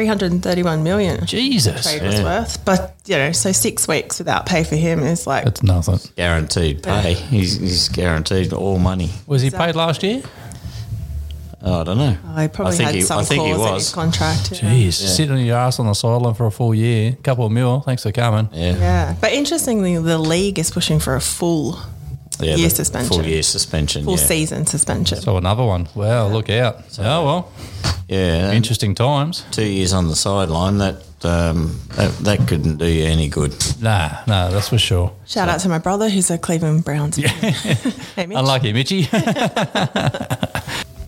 $331 million.
Jesus.
Trade was worth. But, you know, so six weeks without pay for him is like,
That's nothing.
Guaranteed pay. He's, he's guaranteed all money.
Was he paid last year?
Oh, I don't know.
I probably
think
had
he-
some
I think he
clause in
was.
his contract. you know.
Jeez. Sitting on your ass on the sideline for a full year. Couple of mil. Thanks for coming.
Yeah,
Yeah. But interestingly, the league is pushing for a full,
yeah
Year
the
suspension.
Full year suspension.
full
yeah.
season suspension.
So another one. Wow, look out. oh, well.
Yeah, and
Interesting times.
two years on the sideline. That, um, that that couldn't do you any good.
Nah, nah, that's for sure.
Shout out to my brother who's a Cleveland Browns fan. hey, Mitch.
Unlucky, Mitchy.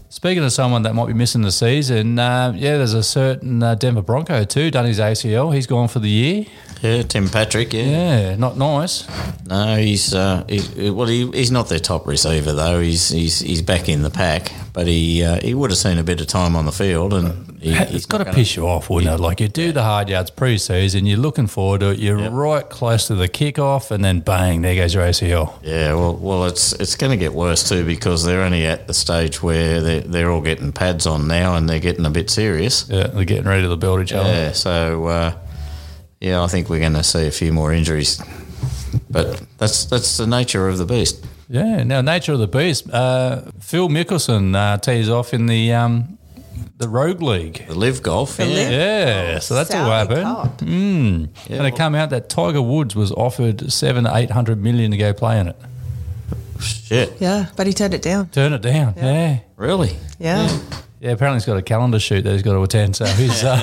Speaking of someone that might be missing the season, uh, yeah, there's a certain uh, Denver Bronco too, done his ACL. He's gone for the year.
Yeah, Tim Patrick. Yeah,
Yeah, not nice.
no, he's uh, he, well, he, he's not their top receiver though. He's he's he's back in the pack, but he uh, he would have seen a bit of time on the field, and he,
It's got to piss you off, wouldn't it? Like you do the hard yards pre-season, you're looking forward to it, you're right close to the kickoff, and then bang, there goes your ACL.
Yeah, well, well, it's it's going to get worse too because they're only at the stage where they're, they're all getting pads on now and they're getting a bit serious.
Yeah, they're getting ready to build each other.
Yeah, so uh, yeah, I think we're going to see a few more injuries, but that's that's the nature of the beast.
Yeah. Now, nature of the beast. Uh, Phil Mickelson uh, tees off in the um, the Rogue League.
The live golf, yeah,
Liv-
Yeah, so that's all
Salary
happened.
cut.
And it come out that Tiger Woods was offered seven, eight hundred million to go play in it.
shit,
Yeah, but he turned it down.
Turn it down. Yeah. yeah.
really?
Yeah.
apparently he's got a calendar shoot that he's got to attend, so he's um,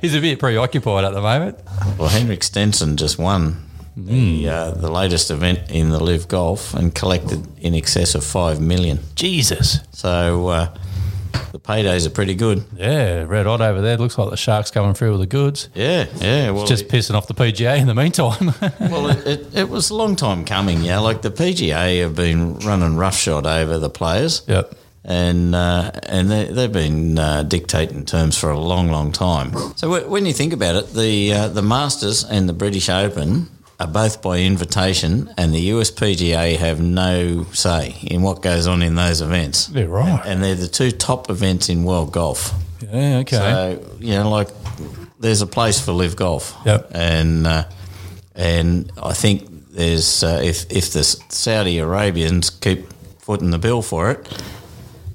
he's a bit preoccupied at the moment.
Well, Henrik Stenson just won
Hmm.
the uh, the latest event in the live golf and collected in excess of five million.
Oh. Jesus,
So uh, the paydays are pretty good.
yeah, red hot over there. Looks like the sharks coming through with the goods.
Yeah, yeah. Well,
Just pissing off the PGA in the meantime.
Well, it, it, it was a long time coming, yeah. Like the PGA have been running roughshod over the players,
yep.
and uh, and they, they've been uh, dictating terms for a long, long time. So w- when you think about it, the uh, the Masters and the British Open are both by invitation, and the USPGA have no say in what goes on in those events.
They're right.
And they're the two top events in world golf.
Yeah. Okay.
So you know, like there's a place for live golf.
Yep.
And uh, and I think there's uh, if if the Saudi Arabians keep footing the bill for it,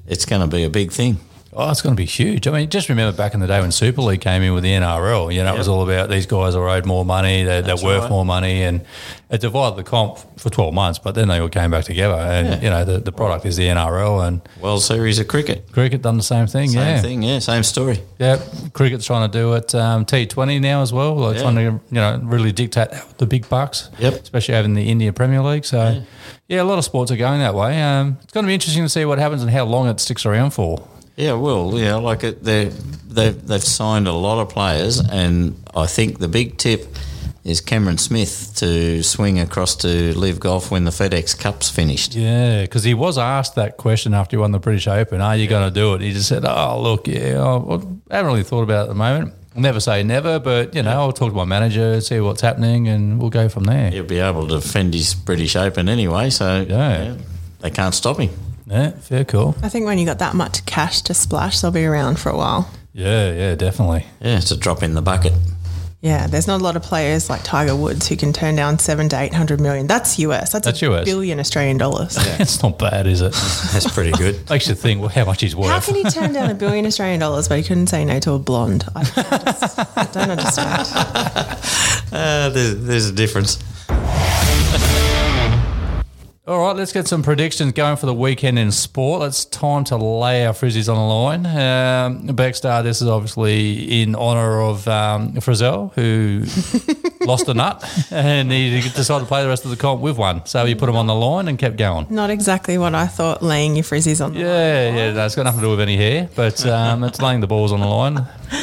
it's going to be a big thing.
Oh, it's going to be huge. I mean, just remember back in the day when Super League came in with the NRL. You know, it was all about these guys are owed more money, they're, they're
That's
worth
right.
more money, and it divided the comp for twelve months. But then they all came back together, and you know, the, the product is the NRL, and
World Series of cricket,
cricket done the same thing.
same
yeah,
thing, yeah, same story.
Yep. Cricket's trying to do it um, T20 now as well. Like
Yeah.
trying to you know really dictate the big bucks.
Yep.
Especially over in the India Premier League. So yeah, a lot of sports are going that way. Um, it's going to be interesting to see what happens and how long it sticks around for.
Yeah, well, yeah, like it, they they've they've signed a lot of players, and I think the big tip is Cameron Smith to swing across to live golf when the FedEx Cup's finished.
Yeah, because he was asked that question after he won the British Open. Are you going to do it? He just said, "Oh, look, yeah, I I haven't really thought about it at the moment. I'll never say never, but you know, I'll talk to my manager, see what's happening, and we'll go from there."
he'll be able to defend his British Open anyway, so
Yeah.
they can't stop him.
Yeah, fair call.
I think when you got that much cash to splash, they'll be around for a while.
Yeah, yeah, definitely.
Yeah, it's a drop in the bucket.
Yeah, there's not a lot of players like Tiger Woods who can turn down seven to eight hundred million. That's US. That's,
That's
a
US.
billion Australian dollars.
it's not bad, is it?
That's pretty good.
Makes you think well, how much he's worth.
How can he turn down a billion Australian dollars but he couldn't say no to a blonde? I just- I don't understand.
uh, there's, there's a difference.
All right, let's get some predictions going for the weekend in sport. It's time to lay our frizzies on the line. Um, Backstar, this is obviously in honour of um, Frizzell, who lost a nut and he decided to play the rest of the comp with one. So he put him on the line and kept going.
Not exactly what I thought laying your frizzies on. the-
Yeah, yeah, no, it's got nothing to do with any hair, but um, it's laying the balls on the line,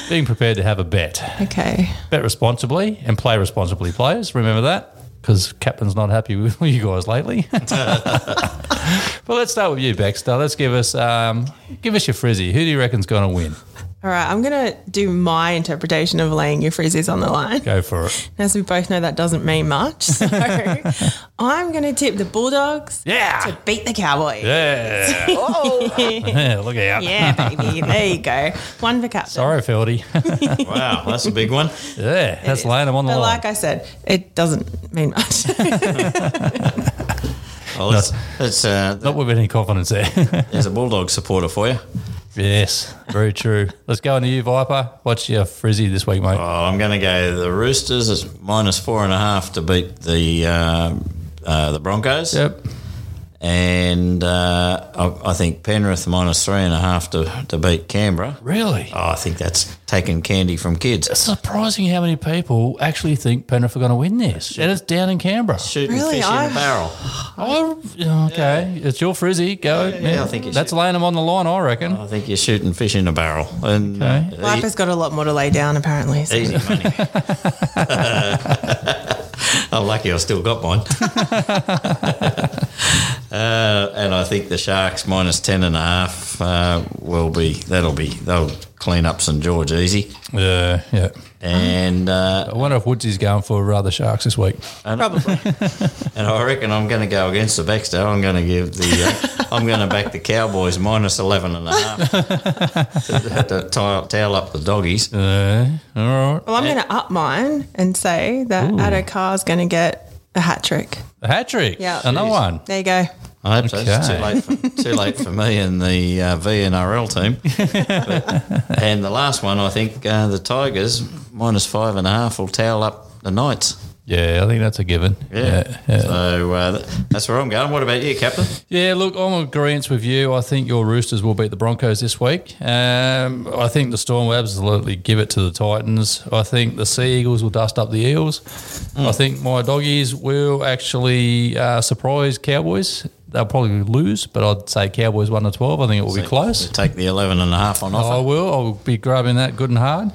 being prepared to have a bet.
Okay.
Bet responsibly and play responsibly, players. Remember that. Because Captain's not happy with you guys lately. But let's start with you, Baxter. Let's give us um, give us your frizzy. Who do you reckon's going to win?
All right, I'm going to do my interpretation of laying your frizzies on the line.
Go for it.
As we both know, that doesn't mean much. So I'm going to tip the Bulldogs
Yeah.
to beat the Cowboys.
Yeah. yeah. Look out.
Yeah, baby. There you go. One for captain.
Sorry, Fieldy.
Wow, that's a big one.
yeah. That's laying them on the
But
line.
like I said, it doesn't mean much.
Well, that's, that's uh,
Not with any confidence there.
there's a bulldog supporter for you.
yes. Very true. Let's go into you, Viper. What's your frizzy this week, mate?
Oh, I'm going to go the Roosters is minus four and a half to beat the uh, uh, the Broncos,
Yep.
and uh, I, I think Penrith minus three and a half to to beat Canberra.
Really?
Oh, I think that's taking candy from kids.
It's surprising how many people actually think Penrith are going to win this. And it's down in Canberra.
Shooting
Really?
fish
I-
in a barrel.
Oh, okay. It's your frizzy. Go.
yeah, I think you Uh-huh.
That's
should.
laying them on the line, I reckon.
I think you're shooting fish in a barrel. And
Okay.
uh,
Life has got a lot more to lay down, apparently. So.
Easy money. I'm lucky I still got mine. uh, and I think the Sharks minus ten and a half uh, will be that'll be they'll clean up St George easy.
Yeah, yeah.
And uh,
I wonder if Woodsy's going for uh, the Sharks this week.
Probably.
and I reckon I'm going to go against the Baxter. I'm going to give the uh, I'm going to back the Cowboys minus eleven and a half to, to tie, tail up the doggies.
Uh, all right.
Well, I'm going to up mine and say that Addo Carr's going to get a hat trick.
A hat trick.
Yeah.
Another
Jeez.
one.
There you go.
I hope so. It's too
Okay.
late, for, too late for me and the uh, VNRL team. But- and the last one, I think uh, the Tigers minus five and a half will towel up the Knights.
Yeah, I think that's a given.
Yeah.
Yeah. yeah.
So uh, th- that's where I'm going. What about you, Captain?
Yeah, look, I'm in agreement with you. I think your Roosters will beat the Broncos this week. Um, I think the Storm will absolutely give it to the Titans. I think the Sea Eagles will dust up the Eels. I think my doggies will actually uh, surprise Cowboys. They'll probably lose, but I'd say Cowboys 1 to 12. I think it will be close.
Take the 11 and a half on
I
offer.
will. I'll be grabbing that good and hard.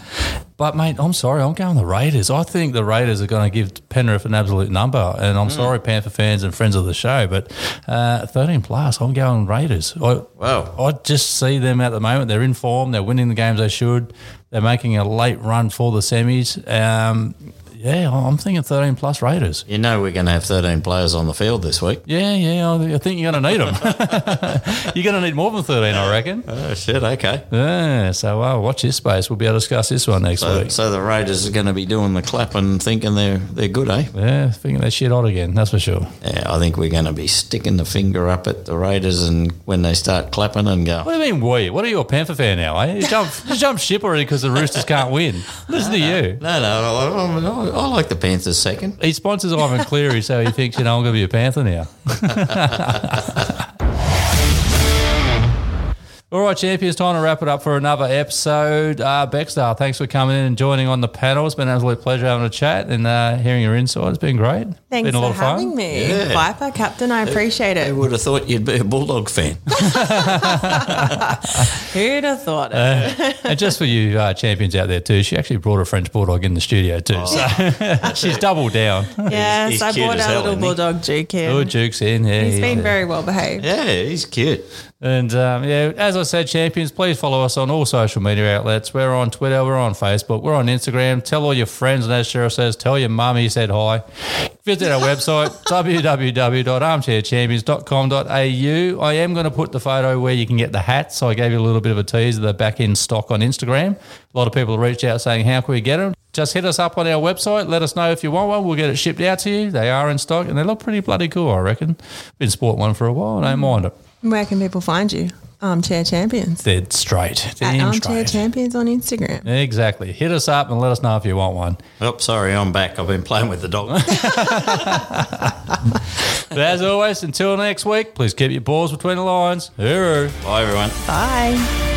But mate, I'm sorry. I'm going the Raiders. I think the Raiders are going to give Penrith an absolute number. And I'm sorry, Panther fans and friends of the show, but uh, 13 plus. I'm going Raiders. I,
Wow.
I just see them at the moment. They're in form. They're winning the games they should. They're making a late run for the semis. Um, yeah, I'm thinking 13 plus Raiders.
You know we're going to have 13 players on the field this week.
Yeah, yeah. I I think you're going to need them. you're going to need more than 13, I reckon.
Oh, shit. Okay.
Yeah, so uh, watch this space. We'll be able to discuss this one next
So,
week.
so the Raiders are going to be doing the clap and thinking they're, they're good, eh?
Yeah, thinking they shit hot again, that's for sure.
Yeah, I think we're going to be sticking the finger up at the Raiders and when they start clapping and go,
What do you mean we? What are you a Panther fan now? Eh? You jump, you jump ship already because the Roosters can't win. Listen to you.
No, no, I, I, I like the Panthers second.
He sponsors Ivan Cleary, so he thinks, you know, I'm going to be a Panther now. All right, champions, time to wrap it up for another episode. Uh, Beckstar, thanks for coming in and joining on the panel. It's been an absolute pleasure having a chat and uh, hearing your insight. It's been great.
Thanks
been a lot
for
of fun. Eh,
having me. Viper, captain, I appreciate it.
Who would have thought you'd be a Bulldog fan?
Who'd have thought it?
eh, And just for you uh, champions out there too, she actually brought a French bulldog in the studio too. So she's double down.
yes,
he's
I
cute
bought
as
our
hell,
little
isn't he?
bulldog Duke here.
Good jukes in. Yeah,
He's
yeah,
been
yeah.
very well behaved.
yeah, he's cute.
And um, yeah, as I said, champions, please follow us on all social media outlets. We're on Twitter, we're on Facebook, we're on Instagram. Tell all your friends, and as Cheryl says, tell your mum he said hi. Visit our website, www.armchairchampions.com.au. I am going to put the photo where you can get the hats. So I gave you a little bit of a teaser. They're back in stock on Instagram. A lot of people reach out saying, how can we get them? Just hit us up on our website. Let us know if you want one. We'll get it shipped out to you. They are in stock and they look pretty bloody cool, I reckon. Been sporting one for a while. I don't mind it
Where can people find you? Armchair Champions.
dead straight.
At
Damn straight.
Armchair Champions on Instagram.
Exactly. Hit us up and let us know if you want one.
Oh, sorry, I'm back. I've been playing with the dog.
But as always, until next week, please keep your balls between the lines. Hooroo.
Bye, everyone.
Bye.